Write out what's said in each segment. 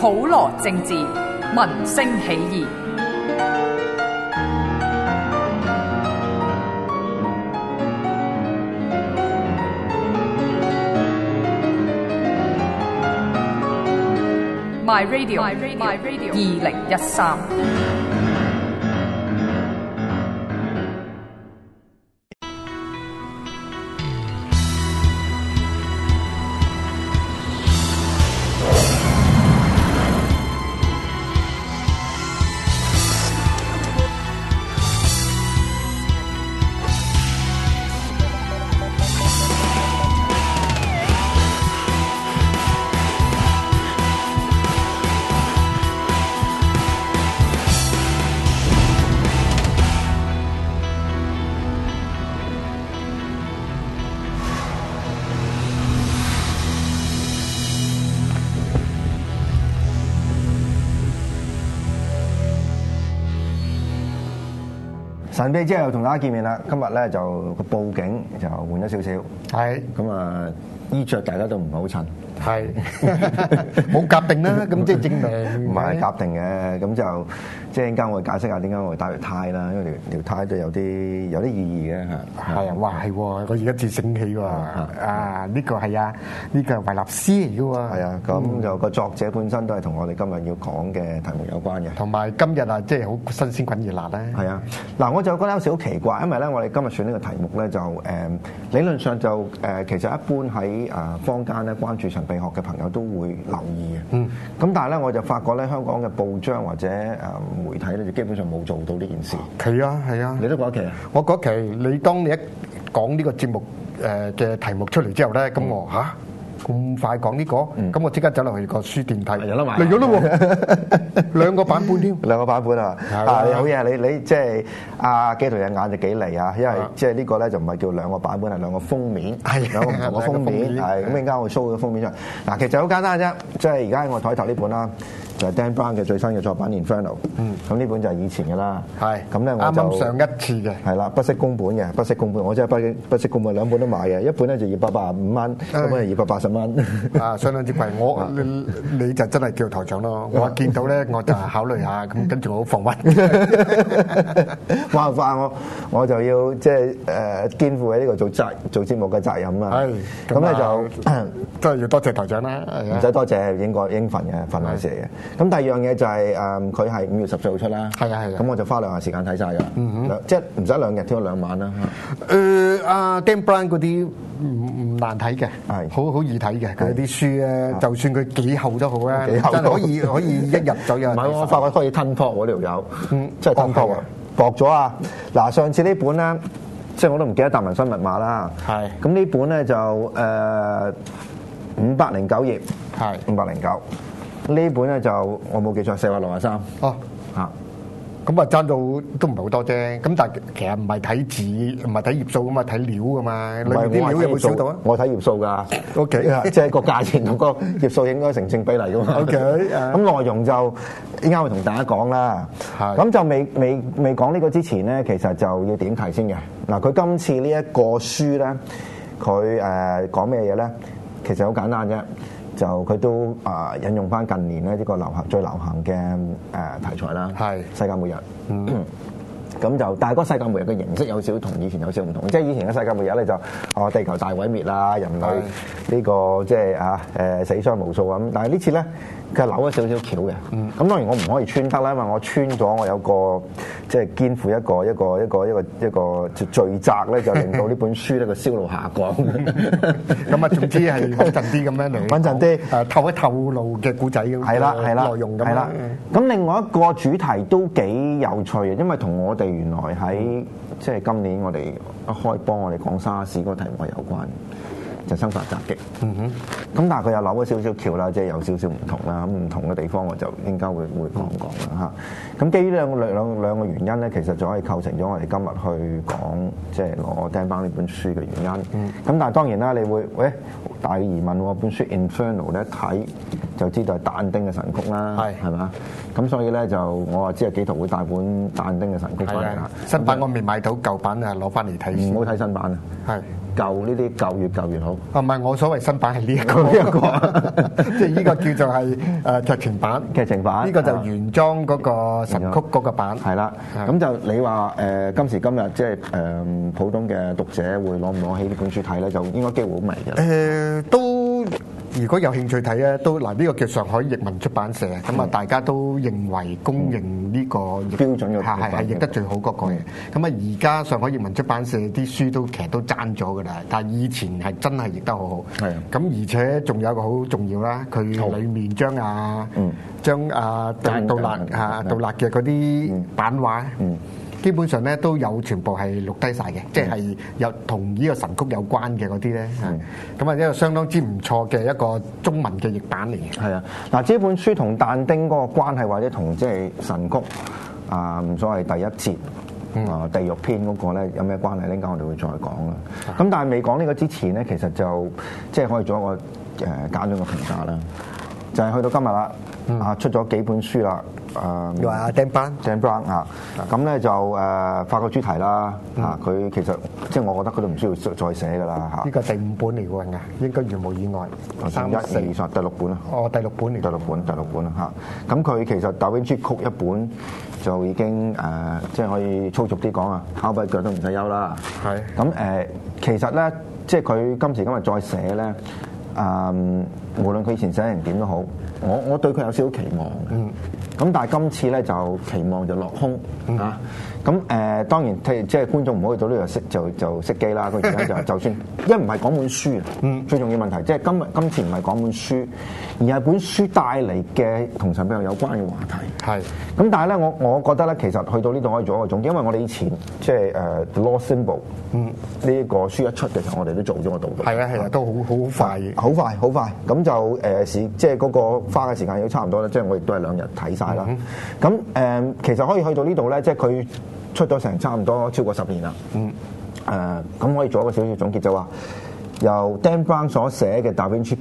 普羅政治，民聲起義。My Radio，二零一三。神秘之後又同大家見面啦，今日咧就個佈景就換咗少少，係咁啊衣着大家都唔係好襯，係冇夾定啦，咁即係證明唔係夾定嘅，咁就即係陣間我會解釋下點解我會戴條呔啦，因為條條呔都有啲有啲意義嘅嚇。係啊，哇係喎，我而家至醒起喎，啊呢個係啊，呢個係維納斯嚟嘅喎，係啊，咁就個作者本身都係同我哋今日要講嘅題目有關嘅。同埋今日啊，即係好新鮮滾熱辣咧，係啊，嗱，我就覺得有時好奇怪，因為咧，我哋今日選呢個題目咧，就誒、嗯理論上就誒、呃其實一般喺誒坊間咧關注神秘學嘅朋友都會留意嘅。嗯。咁但係咧，我就發覺咧，香港嘅報章或者誒、呃媒體咧，就基本上冇做到呢件事。奇啊係啊你。都覺得奇啊？我嗰期你當你一講呢個節目誒嘅題目出嚟之後咧，咁我吓咁快講呢個，咁我即刻走落去個書店睇，有得買嚟咗咯喎，兩個版本添。兩個版本啊！係啊啊，你好嘢，你你即係啊阿紀陶嘅眼就幾嚟啊！因為即係呢個咧就唔係叫兩個版本，係兩個封面， 係啊兩個唔同嘅封面。兩個封面係咁，一陣間我 show 個封面出嚟。嗱，其實好簡單啫，即係而家喺我台頭呢本啦，就係 Dan Brown 嘅最新嘅作品《Inferno》。咁呢本就係以前嘅啦。嗯係咁咧，我啱啱就上一次嘅。係啦，不惜公本嘅，不惜公本，我真係不惜不惜公本兩本都買嘅，一本咧就二百八十五蚊，一本係二百八十蚊。啊，相當之貴，我你你就真係叫台長咯。我見到 咧，我就考慮下，咁跟住我好防温。 冇辦法，我我就要即係誒肩負起呢個做責做節目嘅責任啦。係咁咧就啊真係要多謝台長啦。係啊唔使多謝英國英份嘅份內事嚟嘅。咁第二樣嘢就係誒佢係五月十四號出啦。係啊係嗯啊咁我就花兩日時間睇晒㗎啦。兩即係唔使兩日，挑咗兩晚啦。誒阿 Dan Brown 嗰啲唔唔難睇嘅，係好好易睇嘅。佢啲書咧，就算佢幾厚都好啦，幾真厚都係好可以可以一日就有 唔人睇係晒。我發覺可以吞破我呢條友，真係吞破哦係啊啊！薄咗啊！嗱，上次呢本咧，即係我都唔記得達文新密碼啦。係咁呢本咧就誒五百零九頁。係五百零九。呢本咧就我冇記錯，四百六十三哦，嚇。咁啊爭到都唔係好多啫。咁但係其實唔係睇字，唔係睇頁數噶嘛，睇料噶嘛。裏面啲料有冇少到啊？我睇頁數㗎。 OK 即係個價錢同個頁數應該成正比例㗎嘛。 OK，啊 咁內容就依家會同大家講啦。係咁就未未未講呢個之前咧，其實就要點題先嘅。嗱，佢今次呢一個書咧，佢誒講咩嘢咧？其實好簡單啫。就佢都啊引用翻近年咧呢個流行最流行嘅誒題材啦，係嗯世界末日。 咁就但係嗰個世界末日嘅形式有少少同以前有少少唔同，即係以前嘅世界末日咧就哦地球大毀滅啦，人類呢、個即係啊誒死傷無數啊咁，但係呢次咧佢係扭咗少少橋嘅。咁、嗯當然我唔可以穿得啦，因為我穿咗我有個即係肩負一個一個一個一個一個罪責咧，就令到呢本書呢個銷路下降。 咁啊，總之係穩陣啲咁樣嚟講，穩陣啲誒透一透露嘅古仔咁，呃係啦，係啦，內容咁嗯係啦啦。。嗯咁另外一個主題都幾有趣嘅，因為同我哋原來喺即係今年我哋一開波我哋講沙士嗰個題目係有關嘅，就係生化襲擊。嗯哼。咁但係佢又扭咗少少橋啦，即係有少少唔同啦。咁唔同嘅地方我就應該會會講講啦嚇。咁基於兩兩兩兩個原因咧，其實就可以構成咗我哋今日去講即係攞 Dan Brown 呢本書嘅原因。咁、但係當然啦，你會喂大疑問喎，本書 Inferno 咧睇就知道係但丁嘅神曲啦，係係嘛？咁所以咧就我啊知有幾圖會帶本但丁嘅神啊曲翻嚟啦。新版我未買到，舊版啊攞翻嚟睇先。唔好睇新版啊，係舊呢啲舊越舊越好。啊，唔係我所謂新版係呢一個，呢一個即係呢個 叫做係誒劇情版。劇情版呢個就啊原裝嗰個神曲嗰個版。啊係啦，係咁就你話誒、今時今日即係誒、普通嘅讀者會攞唔攞起呢本書睇咧，就應該機會好微嘅誒啦。呃都如果有興趣睇咧，都嗱呢個叫上海譯文出版社，咁啊大家都認為公認呢個譯嗯標準嘅係係係譯得最好嗰個嘢。咁啊而家上海譯文出版社啲書都其實都爭咗噶啦，但係以前係真係譯得好好。係啊咁而且仲有一個好重要啦，佢好裡面將啊嗯將啊杜間杜勒間啊嗯杜勒嘅嗰啲版畫嗯。基本上咧都有全部係錄低晒嘅，即係有同呢個神曲有關嘅嗰啲咧，咁啊一個相當之唔錯嘅一個中文嘅譯版嚟嘅。係啊，嗱，呢本書同但丁嗰個關係，或者同即係神曲啊，所謂第一節。啊，地獄篇嗰個咧有咩關係呢？陣間我哋會再講啦。咁但係未講呢個之前咧，其實就即係可以做一個誒簡短嘅評價啦。就係去到今日啦，啊出咗幾本書啦，誒話釘班 Dan Brown 啊，咁咧就誒法國主題啦，啊佢其實即係我覺得佢都唔需要再再寫噶啦嚇呢。個第五本嚟㗎，啊應該如無意外，三一、四，二、三，第六本啦。啊哦第六本嚟第㗎。六本，第六本啦嚇。咁佢其實《大 Vinci 曲》一本就已經誒、呃即係可以粗俗啲講啊，考跛腳都唔使憂啦。係咁誒、呃其實咧，即係佢今時今日再寫咧，誒、無論佢以前寫成點都好，我我對佢有少少期望嘅。咁但係今次咧就期望就落空嚇，咁誒、呃、當然即係即係觀眾唔好去到呢度熄就就熄機啦。個原因就就算，因為唔係講本書啊，最重要問題即係今日今次唔係講本書，而係本書帶嚟嘅同神秘學有關嘅話題。係咁但係咧，我我覺得咧，其實去到呢度可以做一個總結，因為我哋以前即係誒《The 呃 Law Symbol》呢一個書一出嘅時候，我哋都做咗個導讀。係啊係啊，啊都好好快嘅。好快好快，咁就誒、呃、時即係嗰個花嘅時間亦都差唔多啦，即係我亦都係兩日睇晒啦。咁誒、呃其實可以去到呢度咧，即係佢出咗成差唔多超過十年啦。嗯。誒、咁可以做一個少少總結就話，由 Dan Brown 所寫嘅《Da Vinci Code》，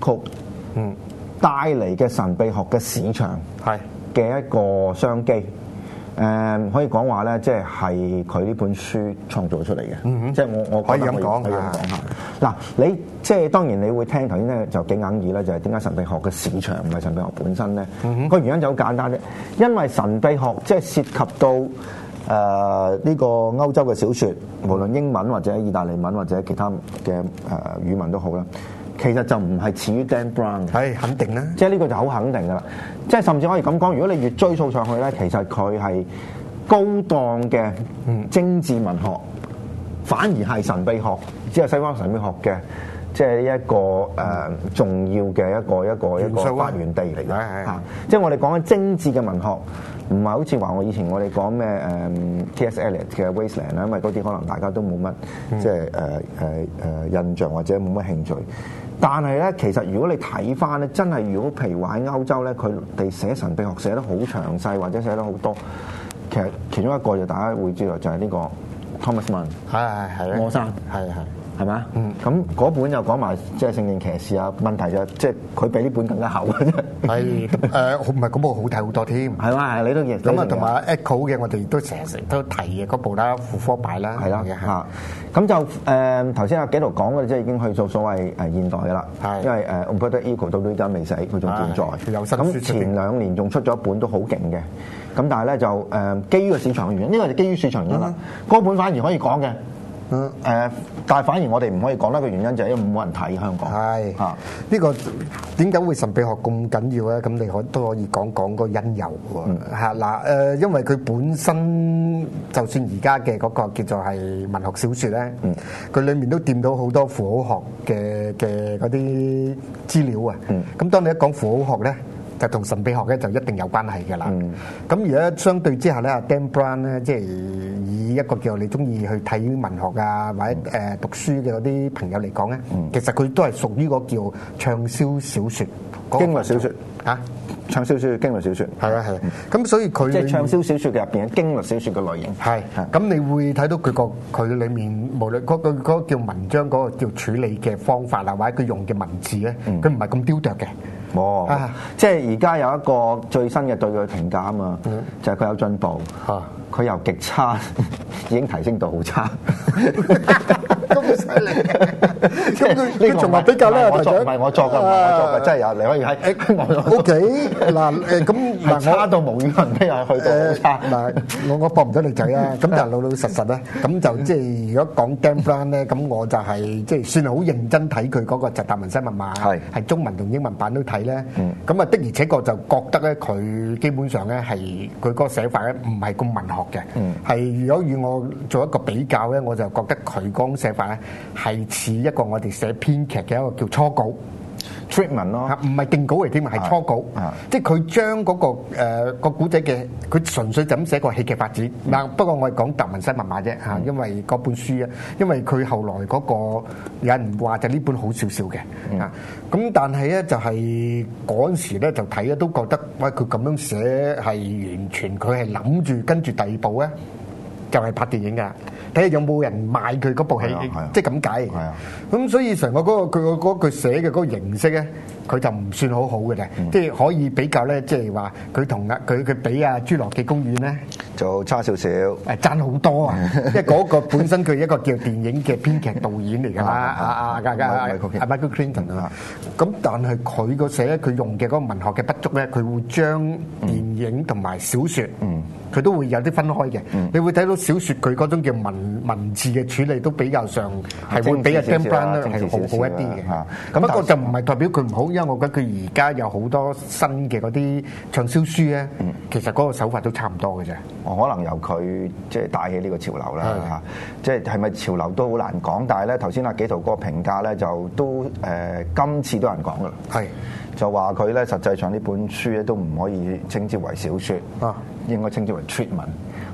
嗯，帶嚟嘅神秘學嘅市場。係嘅一個商機。誒、可以講話咧，即係係佢呢本書創造出嚟嘅，即係我我覺得嗯可以咁講可以咁啊講下。嗱，你即係當然你會聽頭先咧就幾硬耳啦，就係點解神秘學嘅市場唔係神秘學本身咧？嗯個、原因就好簡單啫，因為神秘學即係涉及到誒呢、個歐洲嘅小説，無論英文或者意大利文或者其他嘅誒、語文都好啦，其實就唔係似於 Dan Brown 嘅。係肯定啦。即係呢個就好肯定噶啦。即係甚至可以咁講，如果你越追溯上去咧，其實佢係高檔嘅精緻文學，反而係神秘學，只係西方神秘學嘅。即係一個誒、呃重要嘅一個一個一元素個啊發源地嚟嘅係係嚇，即係我哋講緊精緻嘅文學，唔係好似話我以前我哋講咩誒 T.S. Eliot 嘅 Wasteland 啊啦，因為嗰啲可能大家都冇乜嗯即係誒誒誒印象或者冇乜興趣。但係咧，其實如果你睇翻咧，真係如果譬如話喺歐洲咧，佢哋寫神秘學寫得好詳細，或者寫得好多，其實其中一個就大家會知道就係呢個 Thomas Mann。係係係啊。我生係係。係咪啊？咁嗰本又講埋即係聖殿騎士啊，問題就即係佢比呢本更加厚嘅啫。係 誒，唔係咁我好睇好多添。係嘛？係你都認咁啊，同埋 Echo 嘅，我哋都成日都提嘅嗰部啦，副科擺啦，係啦嘅嚇。咁就誒頭先阿紀陶講嘅，即係已經去到所謂誒現代嘅啦。係因為誒 o m p e r e Eco 到到依家未死，佢仲健在。係佢有新書咁出前兩年仲出咗一本都好勁嘅。咁但係咧就誒基於個市場嘅原因，呢個就基於市場原因啦。嗰本反而可以講嘅。嗯誒，但係反而我哋唔可以講啦。個原因就係因為冇人睇香港。係嚇。呢個點解會神秘學咁緊要咧？咁你可都可以講講個因由喎嚇嗱誒，因為佢本身就算而家嘅嗰個叫做係文學小説咧，佢裡面都掂到好多符號學嘅嘅嗰啲資料啊。咁當你一講符號學咧，就同神秘學咧就一定有關係㗎啦。咁而家相對之下咧阿，Dan Brown 咧即係以一個叫你中意去睇文學啊，或者誒讀書嘅嗰啲朋友嚟講咧，其實佢都係屬於嗰叫暢銷小説嗰個經略小説嚇，暢銷書、經律小説，係啊係啊。咁所以佢即係裡暢面銷小説嘅入邊嘅經律小説嘅類型。係係，咁你會睇到佢個佢裡面無論嗰個嗰個叫文章嗰個叫處理嘅方法啊，或者佢用嘅文字咧，佢唔係咁雕琢嘅。哦啊，即係而家有一個最新嘅對佢評價啊嘛，就係佢有進步嗯啊，佢由極差已經提升到好差。咁犀利即咁係佢呢佢個仲話比較咧，唔係我作唔係我作啊㗎，唔係我作㗎，真係有你可以喺 O K 嗱誒咁係嗱我差。到無與倫比，又係去到 好誒差。哎嗱，我我搏唔到你仔啊！咁但係老老實實咧，咁就即係如果講 game plan 咧，咁我就係即係算係好認真睇佢嗰個就達文西密碼，係係中文同英文版都睇咧。咁啊的而且確就覺得咧，佢基本上咧係佢嗰個寫法咧唔係咁文學嘅，係如果與我做一個比較咧，我就覺得佢嗰種寫法咧係似一個我哋寫編劇嘅一個叫初稿。 treatment 咯嚇，，唔係定稿嚟添，係初稿啊，即係佢將嗰個誒個古仔嘅，佢純粹就咁寫個戲劇發展。嗱，不過我係講達文西密碼啫嚇，因為嗰本書啊，因為佢後來嗰個有人話就呢本好少少嘅啊，咁但係咧就係嗰陣時咧就睇咧都覺得，喂佢咁樣寫係完全佢係諗住跟住第二步咧。就係拍電影㗎，睇下有冇人買佢嗰部戲係啊係啊，即係咁解。係啊咁所以成個嗰、個佢個嗰句寫嘅嗰個形式咧，佢就唔算好好嘅啫，嗯即係可以比較咧，即係話佢同啊佢佢比啊《侏羅紀公園》咧。就差少少。誒爭好多啊！ 因為嗰個本身佢一個叫電影嘅編劇導演嚟㗎啦，啊啊啊啊啊 Michael Keaton 啊 à, Michael à. Clinton 啊！咁但係佢個寫佢用嘅嗰個文學嘅不足咧，佢會將電影同埋小説，佢都會有啲分開嘅。你會睇到小説佢嗰種嘅文文字嘅處理都比較上係會比較精 game 緻少少啊 plan 咧係好精緻少少好啊一啲嘅嚇。咁咁不但過係就唔係代表佢唔好，因為我覺得佢而家有好多新嘅嗰啲暢銷書咧，其實嗰個手法都差唔多嘅啫。我哦可能由佢即係帶起呢個潮流啦係嚇，即係係咪潮流都好難講，但係咧頭先阿幾圖嗰個評價咧就都誒、呃今次都有人講噶啦，係。就話佢咧實際上呢本書咧都唔可以稱之為小説，啊應該稱之為 treatment。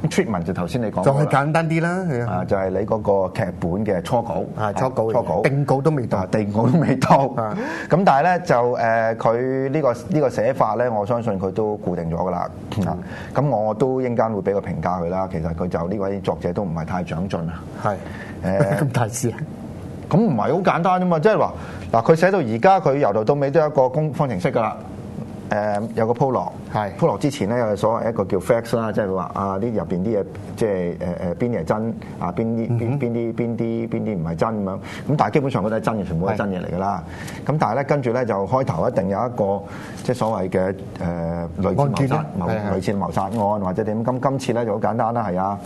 咁 treatment 就頭先你講就過係啦簡單啲啦，係啊，啊，就係你嗰個劇本嘅初稿，係啊初稿嚟嘅初稿定稿都未到啊定稿都未到。啊咁但係咧就誒，佢呢個呢個寫法咧，我相信佢都固定咗噶啦。嗯啊咁我都應間會俾個評價佢啦。其實佢就呢位作者都唔係太長進 啊。係誒 咁大事啊，咁唔係好簡單啫嘛，即係話嗱，佢寫到而家佢由頭到尾都有一個公方程式噶啦。誒、有個 prolog，係 prolog 之前咧有所謂一個叫 facts 啦，即係佢話啊呢入邊啲嘢即係誒誒邊啲係真啊邊啲嗯邊邊啲邊啲邊啲唔係真咁樣，咁但係基本上嗰啲係真嘅，全部都係係真嘢嚟㗎啦。咁但係咧跟住咧就開頭一定有一個即係所謂嘅誒、類案似謀件殺啦謀係係類似謀殺案或者點咁今次咧就好簡單啦，係啊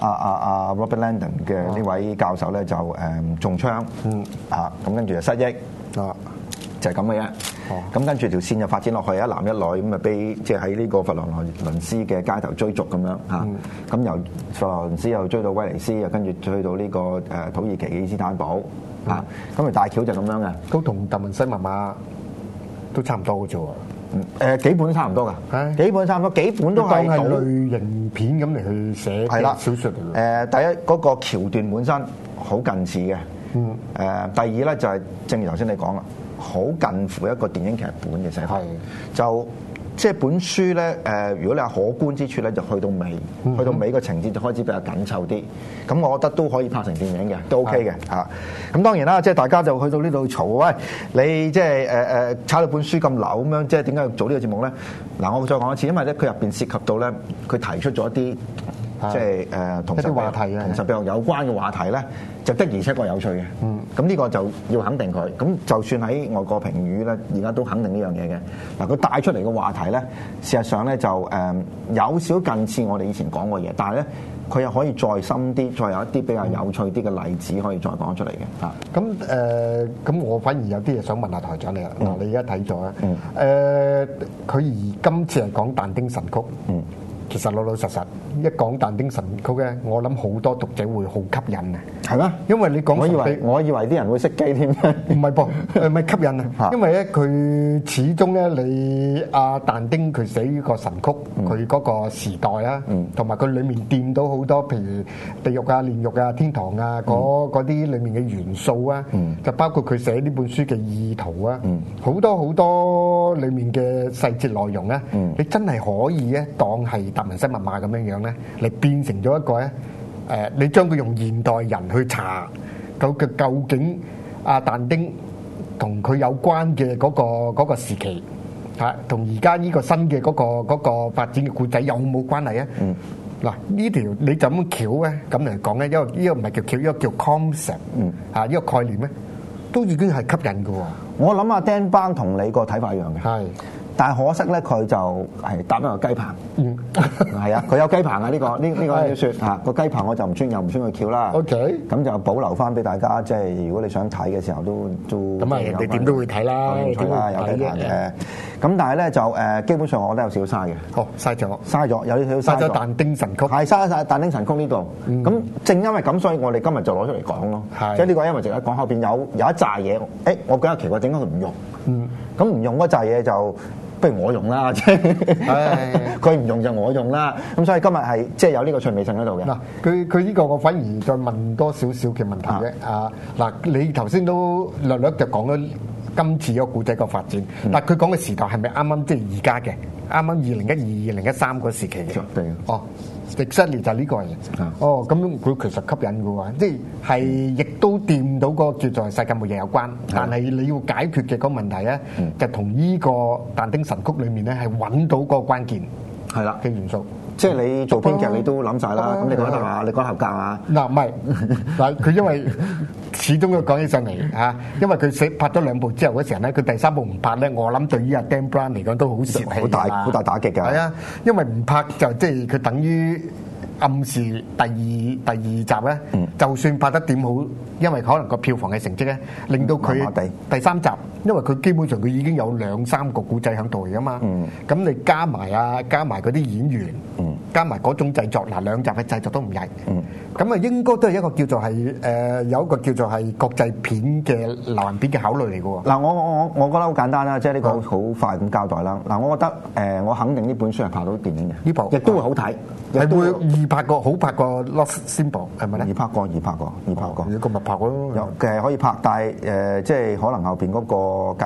啊啊啊 Robert Landon 嘅呢位教授咧就誒、中槍，嗯啊咁跟住就失憶。啊，就係咁嘅啫。咁跟住條線就發展落去，一男一女咁啊，俾即係喺呢個佛羅倫斯嘅街頭追逐咁樣嚇。咁由佛羅倫斯又追到威尼斯，又跟住追到呢個誒土耳其嘅伊斯坦堡嚇。咁條大橋就咁樣嘅。都同達文西密碼都差唔多嘅啫喎，嗯誒幾本都差唔多係㗎，幾本差唔多，幾本都當係係賭類型片咁嚟去寫係啦嘅，小説嚟誒、嘅，第一嗰、個橋段本身好近似嘅。嗯誒、第二咧就係、正如頭先你講啦，好近乎一個電影劇本嘅寫法係。就即係本書咧，誒、如果你話可觀之處咧，就去到尾，嗯去到尾個情節就開始比較緊湊啲。咁我覺得都可以拍成電影嘅，都 OK 嘅嚇。咁、當然啦，即係大家就去到呢度嘈，喂，你即係誒誒炒到本書咁流咁樣，即係點解要做呢個節目咧？嗱，我再講一次，因為咧佢入邊涉及到咧，佢提出咗一啲係即係誒、呃同啊一啲疾病話題啊同疾病有關嘅話題咧，就的而且確有趣嘅。嗯咁呢個就要肯定佢。咁就算喺外國評語咧，而家都肯定呢樣嘢嘅。嗱，佢帶出嚟嘅話題咧，事實上咧就誒、有少近似我哋以前講過嘢，但係咧佢又可以再深啲，再有一啲比較有趣啲嘅例子可以再講出嚟嘅。啊嚇、咁誒，咁我反而有啲嘢想問下台長你啦。嗯嗱，你而家睇咗啊？誒，佢而今次係講但丁神曲。嗯。其實老老實實，一講但丁神曲咧，我諗好多讀者會好吸引啊。係咩因為你講我以神為秘我以為啲人會識機添。 唔係噃，誒咪吸引嚇啊！因為咧，佢始終咧，你阿但丁佢寫呢個神曲，佢嗰個時代啦，同埋佢裡面掂到好多，譬如地獄啊、煉獄啊、天堂啊，嗰嗰啲裡面嘅元素啊，就包括佢寫呢本書嘅意圖啊，好多好多裡面嘅細節內容咧，你真係可以咧當係達文西密碼咁樣樣咧，你變成咗一個咧。à, 誒，你將佢用現代人去查究佢究竟阿但丁同佢有關嘅嗰、個嗰、個時期。嚇，同而家呢個新嘅嗰、個嗰、個發展嘅故仔有冇關係啊？嗱、呢條你就咁橋咧，咁嚟講咧，因為呢個唔係叫橋，呢個叫 concept，嗯嚇呢個概念咧，都已經係吸引嘅喎。我諗阿 Dan b a n 同你個睇法一樣嘅，係，但係可惜咧，佢就係搭一個雞棚。嗯 係啊，佢有雞棚啊！呢、個呢呢、個係要説嚇個雞棚我就唔穿又唔穿佢橋啦。 OK 咁就保留翻俾大家，即係如果你想睇嘅時候都都咁啊人哋點都會睇啦有興趣啦，點有會睇啫雞棚嘅。咁但係咧就誒，基本上我都有少嘥嘅，好嘥咗，嘥咗有啲少嘥嘥咗咗。但丁神曲。係嘥晒但丁神曲呢度，咁、正因為咁，所以我哋今日就攞出嚟講咯。嗯係即係呢個因為值得講，後邊有有一扎嘢，誒、我覺得奇怪，點解佢唔用？嗯咁唔、用嗰扎嘢就不如我用啦， 即係唉佢唔用就我用啦。咁所以今日係即係有呢個趣味性喺度嘅。嗱，佢佢呢個我反而再問多少少嘅問題啫。啊，嗱，你頭先都略略就講咗今次個古仔個發展，但佢講嘅時代係咪啱啱即係而家嘅？啱啱二零一二、二零一三嗰時期嘅絕對啊？哦。exactly 就係呢個嚟啊，哦，咁佢其實吸引嘅喎，即係係亦都掂到個叫做世界末日有關，但係你要解決嘅嗰個問題咧，就同呢個但丁神曲裏面咧係揾到個關鍵係啦，嘅元素。即係你做編劇啊你都諗晒啦，咁、你覺得啊係嘛？你覺得合格啊？嗱，唔係 嗱，佢因為始終佢講起上嚟嚇，因為佢寫拍咗兩部之後嗰時候咧，佢第三部唔拍咧，我諗對於阿 Dan Brown 嚟講都好泄氣㗎好大好大打擊㗎係啊，因為唔拍就即係佢等於暗示第二第二集咧，嗯就算拍得點好，因為可能個票房嘅成績咧，令到佢麻麻地第三集，因為佢基本上佢已經有兩三個古仔喺度嚟噶啊嘛。咁、你加埋啊，加埋嗰啲演員，加埋嗰種製作，嗱兩集嘅製作都唔曳。咁啊、應該都係一個叫做係誒、呃有一個叫做係國際片嘅流行片嘅考慮嚟嘅喎。嗱，我我我我覺得好簡單啦，即係呢個嗯好快咁交代啦。嗱，我覺得誒、我肯定呢本書係拍到電影嘅，呢部亦都會好睇，亦係都會二百個好拍過 Lost Symbol 係咪二咧？拍過，二拍過，二拍過。如果咪拍咯，有嘅可以拍，但係誒、即係可能後邊嗰個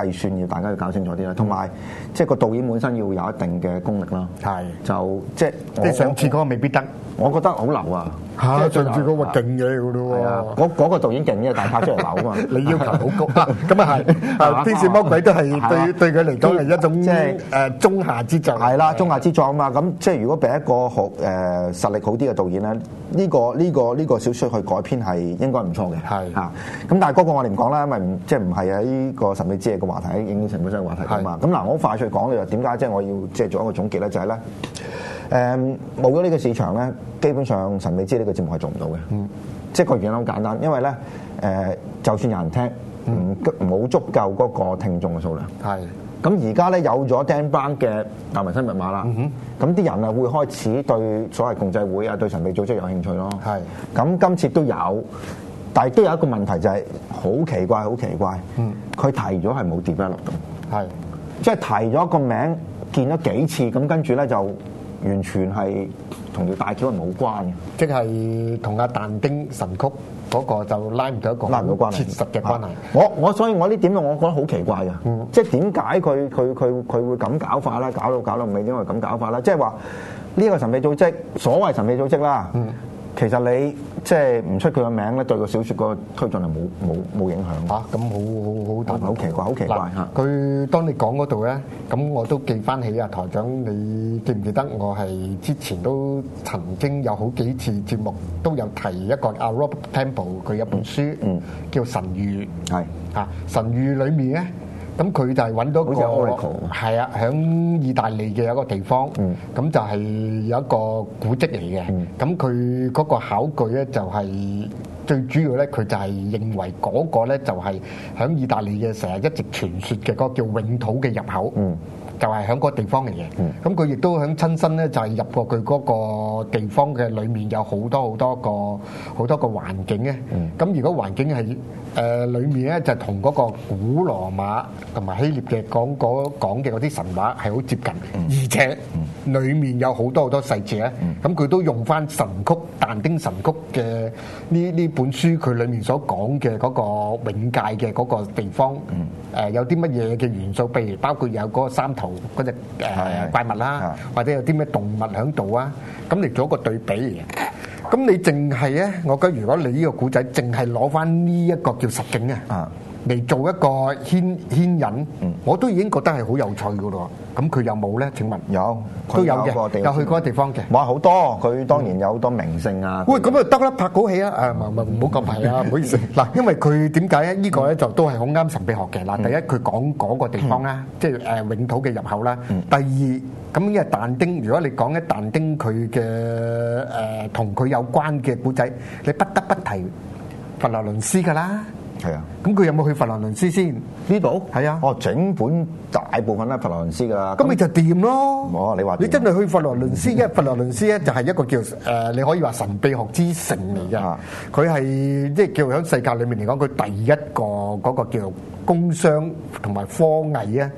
計算要大家要搞清楚啲嗯啦，同埋即係個導演本身要有一定嘅功力啦。係就即係即係哦上次嗰個，個未必得我覺得好流啊！即係最流啊嘢嘅。係啊，嗰嗰個導演勁呢，但係拍出嚟流啊嘛 你要求好高啊！咁啊係，係嘛啊天使魔鬼都係係嘛對對佢嚟講係一種即係誒中下之作。係啦，中下之作啊嘛。咁即係如果俾一個好誒、實力好啲嘅導演咧，呢、個呢、個呢、個小説去改編係應該唔錯嘅。係嚇，咁但係嗰個我哋唔講啦，因為唔即係唔係喺個神秘之夜嘅話題，喺影城本身嘅話題㗎嘛。咁嗱，我好快脆講你就點解即係我要即係做一個總結咧，就係、咧。誒冇咗呢個市場咧，基本上神秘之呢個節目係做唔到嘅。嗯即係個原因好簡單，因為咧誒、就算有人聽，唔冇足夠嗰個聽眾嘅數量。係咁而家咧有咗 Dan Brown 嘅大民生密碼啦，咁啲、人啊會開始對所謂共濟會啊對神秘組織有興趣咯。係咁今次都有，但係都有一個問題就係、好奇怪，好奇怪，佢、提咗係冇 develop 到，係即係提咗個名見咗幾次，咁跟住咧就完全係同條大橋係冇關嘅。即係同阿但丁神曲嗰個就拉唔到一個拉唔到關係，切實嘅關係嗯啊。我我所以我呢點我覺得好奇怪嘅，即係點解佢佢佢佢會咁搞法啦？搞到搞到尾點解咁搞法啦？即係話呢個神秘組織，所謂神秘組織啦，嗯其實你即係唔出佢個名咧，對個小説個推進係冇冇冇影響。嚇咁好好好大好奇怪好奇怪嗱嚇佢當你講嗰度咧，咁我都記翻起啊，台長，你記唔記得我係之前都曾經有好幾次節目都有提一個阿 Robert Temple 佢一本書嗯叫《神語》。係啊神語裏面咧，咁佢就係揾到一個好似 Oracle 嗯係啊，響意大利嘅一個地方，咁、就係有一個古蹟嚟嘅。咁佢嗰個考據咧就係、最主要咧，佢就係認為嗰個咧就係響意大利嘅成日一直傳說嘅嗰個叫永土嘅入口，嗯就係響嗰個地方嚟嘅。咁佢亦都響親身咧就係入過佢嗰個地方嘅裏面有好多好多個好多個環境嘅。咁如果環境係誒裏面咧就同嗰個古羅馬同埋希臘嘅講嗰講嘅嗰啲神話係好接近，嗯而且裡面有好多好多細節咧。咁佢都用翻神曲但丁神曲嘅呢呢本書佢裡面所講嘅嗰個永界嘅嗰個地方，嗯誒有啲乜嘢嘅元素，譬如包括有嗰個三頭嗰只誒係啊怪物啦係。或者有啲咩動物喺度啊，咁嚟做一個對比嚟嘅。咁你淨係咧，我覺得如果你呢個古仔淨係攞翻呢一個叫實景啊，啊嚟做一個牽牽引，我都已經覺得係好有趣噶咯。咁佢有冇咧？請問有都有佢個嘅，地有去嗰個地方嘅。哇，好多佢當然有好多明星啊。喂，咁啊得啦，拍好戲啊！啊，唔唔唔好咁 係啊，唔好意思。嗱，因為佢點解咧？呢個咧就都係好啱神秘學嘅。嗱，第一佢講嗰個地方啦，即係誒永土嘅入口啦。第二咁因為但丁，如果你講一但丁佢嘅誒同佢有關嘅古仔，你不得不提佛羅倫斯噶啦。係啊。咁佢有冇去佛羅倫斯先？呢度係啊哦，整本大部分都係佛羅倫斯噶啦。咁你就掂咯。哦你話掂你真係去佛羅倫 斯，因為佛羅倫斯咧就係一個叫誒、呃你可以話神秘學之城嚟嘅啊。佢係即係叫喺世界裏面嚟講，佢第一個嗰、個叫做工商同埋科藝啊，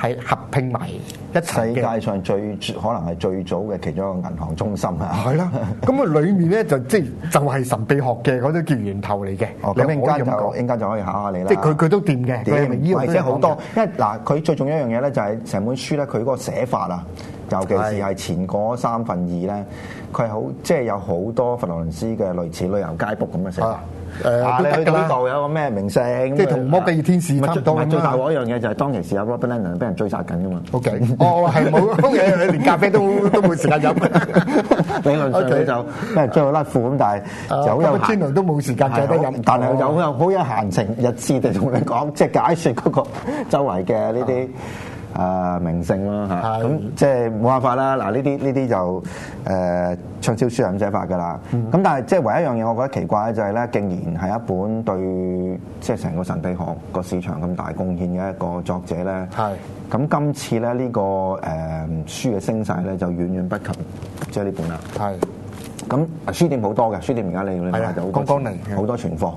係合拼埋一齊嗯世嘅。界上最可能係最早嘅其中一個銀行中心啊。係啦， 咁啊，裏面咧就即係就係神秘學嘅嗰啲叫源頭嚟嘅。哦，咁你應可以咁間就講應間就可以考下你啦。即係佢佢都掂嘅，佢係咪醫學點，而都且有好講多嘅，因為嗱，佢最重要一樣嘢咧，就係成本書咧，佢嗰個寫法啊，尤其是係前嗰三分二咧，佢係好即係有好多佛羅倫斯嘅類似旅遊街 book 咁嘅寫法啊。誒啊都你得去㗎到啦呢度有個咩明星，即係同魔比爾天使啊咪差唔多咁啊最咪最啦大鑊一樣嘢就係當其時有 Robert Lennon 俾人追殺緊噶 嘛。 O K，哦係冇，OK，連 咖啡都都冇時間飲。理論上哦 OK 你就即係最後甩褲咁，但 Ờ, 係就好有啊，cappuccino 都冇時間再得飲係好但係有好有好有閒情日志地同你講，即係解説嗰 個周圍嘅呢啲。誒明星啦係嚇，咁即啊係冇辦法啦。嗱，呢啲呢啲就誒暢銷書係咁寫法㗎啦。咁但係即係唯一一樣嘢，我覺得奇怪咧，就係咧，竟然係一本對即係成個神秘學個市場咁大貢獻嘅一個作者咧。係咁今次咧呢個誒書嘅升勢咧就遠遠不及即係呢本啦。係咁啊書店好多嘅，書店而家你你係買啊就好多剛剛嚟好多存貨。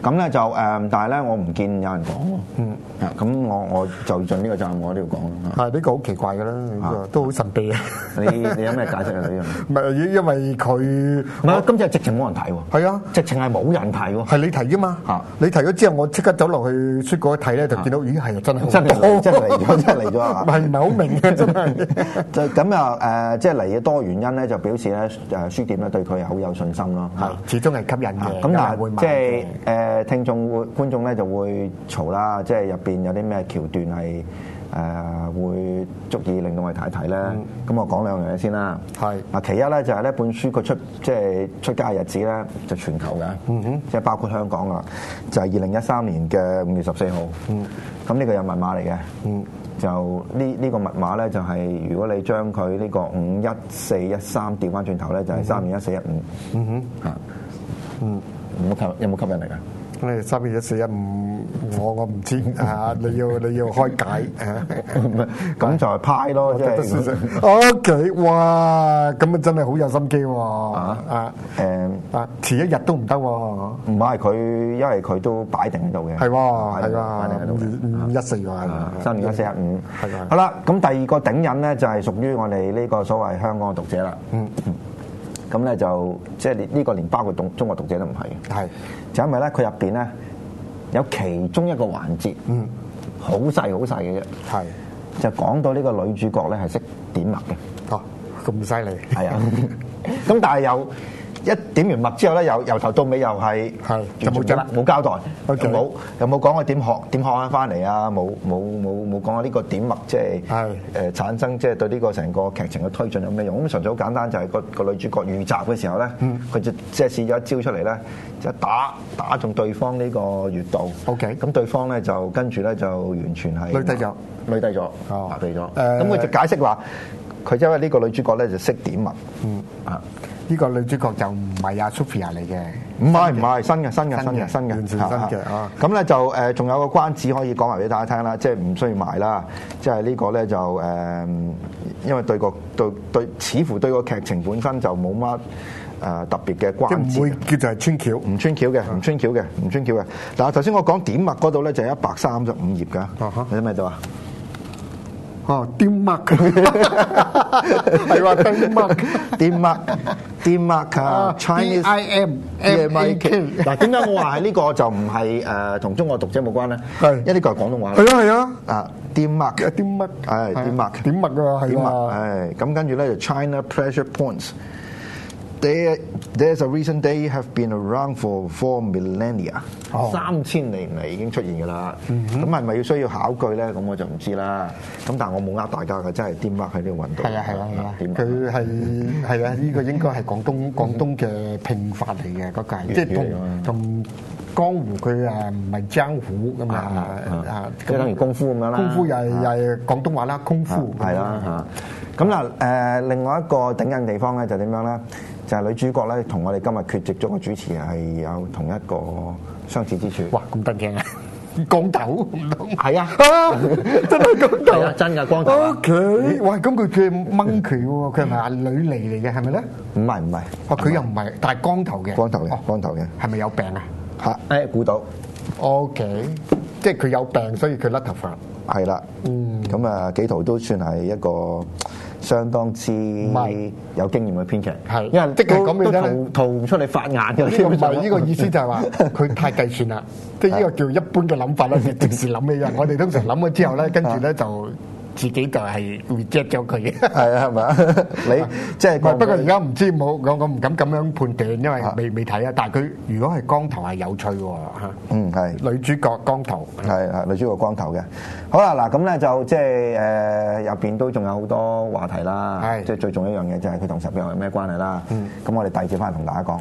咁咧就誒，但係咧我唔見有人講喎。嗯。啊，咁我我就盡呢個責任，我喺呢度講啦。係呢個好奇怪㗎啦呢個，都好神 秘啊！你你有咩解釋啊？呢樣嘢？唔係因為佢唔係，今次直情冇人睇喎。係啊直情係冇人睇喎。係你提㗎嘛嚇，你提咗之後，我即刻走落去書嗰睇咧，就見到咦係 啊，真係好真係多真係嚟 咗，真係嚟咗啊！係唔係好明嘅真係。就咁啊誒，即係嚟嘅多原因咧，就表示咧誒書店咧對佢係好有信心咯。嚇係，始終係吸引啊嘅，咁嗯有但人會係買即係嘅誒聽眾會觀眾咧就會嘈啦，即係入邊有啲咩橋段係誒、呃、會足以令到我哋睇一睇咧。咁、我講兩樣嘢先啦。嗯係啊，其一咧就係呢本書佢出即係出街嘅日子咧就全球嘅，嗯即係包括香港啊，就係二零一三年嘅五月十四號。嗯咁呢個有密碼嚟嘅。就呢呢、個密碼咧，就係、如果你將佢呢個五一四一三調翻轉頭咧，就係三二一四一五。嗯哼，嚇。有冇吸有冇吸引力啊？咁你三二一四一五，我我唔知啊，你要你要開解啊。 咁就係派 咯，即係 O K，哇，咁啊真係好有心機喎！啊誒，啊，遲一日都唔得喎，唔係佢，因為佢都擺定喺度嘅，係喎，擺係定擺定喺喎，度五嘅。月五一四喎，係啊喎三二一四一五係啊，好啦，咁第二個頂引咧就係屬於我哋呢個所謂香港嘅讀者啦。嗯，咁咧就即係呢呢個連包括中中國讀者都唔係嘅，係就因為咧佢入邊咧有其中一個環節，嗯，好細好細嘅啫，係就講到呢個女主角咧係識點墨嘅。哦，咁犀利，係啊，咁但係又一點完墨之後咧，又由頭到尾又係係就冇完全咗冇交代，又 OK 冇又冇講我點學點學翻翻嚟啊，冇冇冇冇講我呢個點墨即係係誒產生即係對呢個成個劇情嘅推進有咩用？咁純粹好簡單，就係個個女主角遇襲嘅時候咧，嗯佢就即係試咗一招出嚟咧，即係打打中對方呢個穴道。 OK 咁對方咧就跟住咧就完全係累低咗，累低咗，哦麻痹咗。誒咁佢就解釋話，佢因為呢個女主角咧就識點墨，嗯啊， 呢個女主角就唔係阿 Sophia 嚟嘅，唔係唔係新嘅新新嘅新嘅嘅新嘅，完全新嘅啊咁咧就誒仲有個關子可以講埋俾大家聽啦，即係唔需要埋啦，即係呢個咧就誒，因為對個對對，似乎對個劇情本身就冇乜誒特別嘅關即係唔節會啊叫做係穿橋。唔穿橋嘅，唔穿橋嘅，唔穿橋嘅。嗱，頭先我講點墨嗰度咧就一百三十五頁㗎啊哈，你睇唔睇 到啊？哦，雕 墨係話雕墨點墨點墨 啊，Chinese ，Chinese I M M M I A K K，嗱，點解我話係呢個就唔係誒同中國讀者冇關咧？係因為呢個係廣東話嚟係啊係啊，啊，點墨啊雕墨係點墨雕墨啊，係點墨，嘛？係咁跟住咧就 China pressure points。 There, there's a reason they have been around for four millennia，、哦三千年嚟已經出現㗎啦。咁係咪要需要考據咧？咁我就唔知啦。咁但係我冇呃大家嘅，真係點乜喺呢度揾到。係啊係啊係啊，點佢係係啊，呢個應該係廣 東廣東嘅拼法嚟嘅嗰個係，即係粵語嚟㗎嘛同同江湖佢誒唔係江湖噶嘛啊啊，即係等於功夫咁樣啦功夫又係又係廣東話啦，功夫啊係啦嚇。咁嗱誒，另外一個頂癮地方咧就點樣咧？就係、女主角咧同我哋今日缺席咗嘅主持係有同一個相似之處。哇咁得驚啊！光頭唔通係啊， 啊！真係光頭係啊真㗎光頭啊 O K，喂，咁佢佢掹佢喎，佢係咪阿女嚟嚟嘅係咪咧？唔係唔係，哦，佢又唔係，但係光頭嘅，光頭嘅哦，光頭嘅係咪有病啊嚇誒，估到。 ？OK，即係佢有病，所以佢甩頭髮。係啦，嗯咁啊幾圖都算係一個相當之係有經驗嘅編劇，係因為即係都講俾都你聽逃逃唔出你法眼呢嘅，個唔基本上係呢 個意思就係話佢太計算啦，即係呢個叫一般嘅諗法啦。你 平時諗嘅嘢，我哋通常諗咗之後咧，跟住咧就自己就係 reject 咗佢嘅。係啊，係咪啊？你即係唔係不過而講家唔知冇我我唔敢咁樣判斷，因為啊未未睇啊。但係佢如果係光頭係有趣喎嚇嗯係。女主角光頭係係女主角光頭嘅，好啦嗱，咁咧就即係誒入邊都仲有好多話題啦，係即係最重要一樣嘢就係佢同十比有咩關係啦。咁、我哋第二節翻嚟同大家講。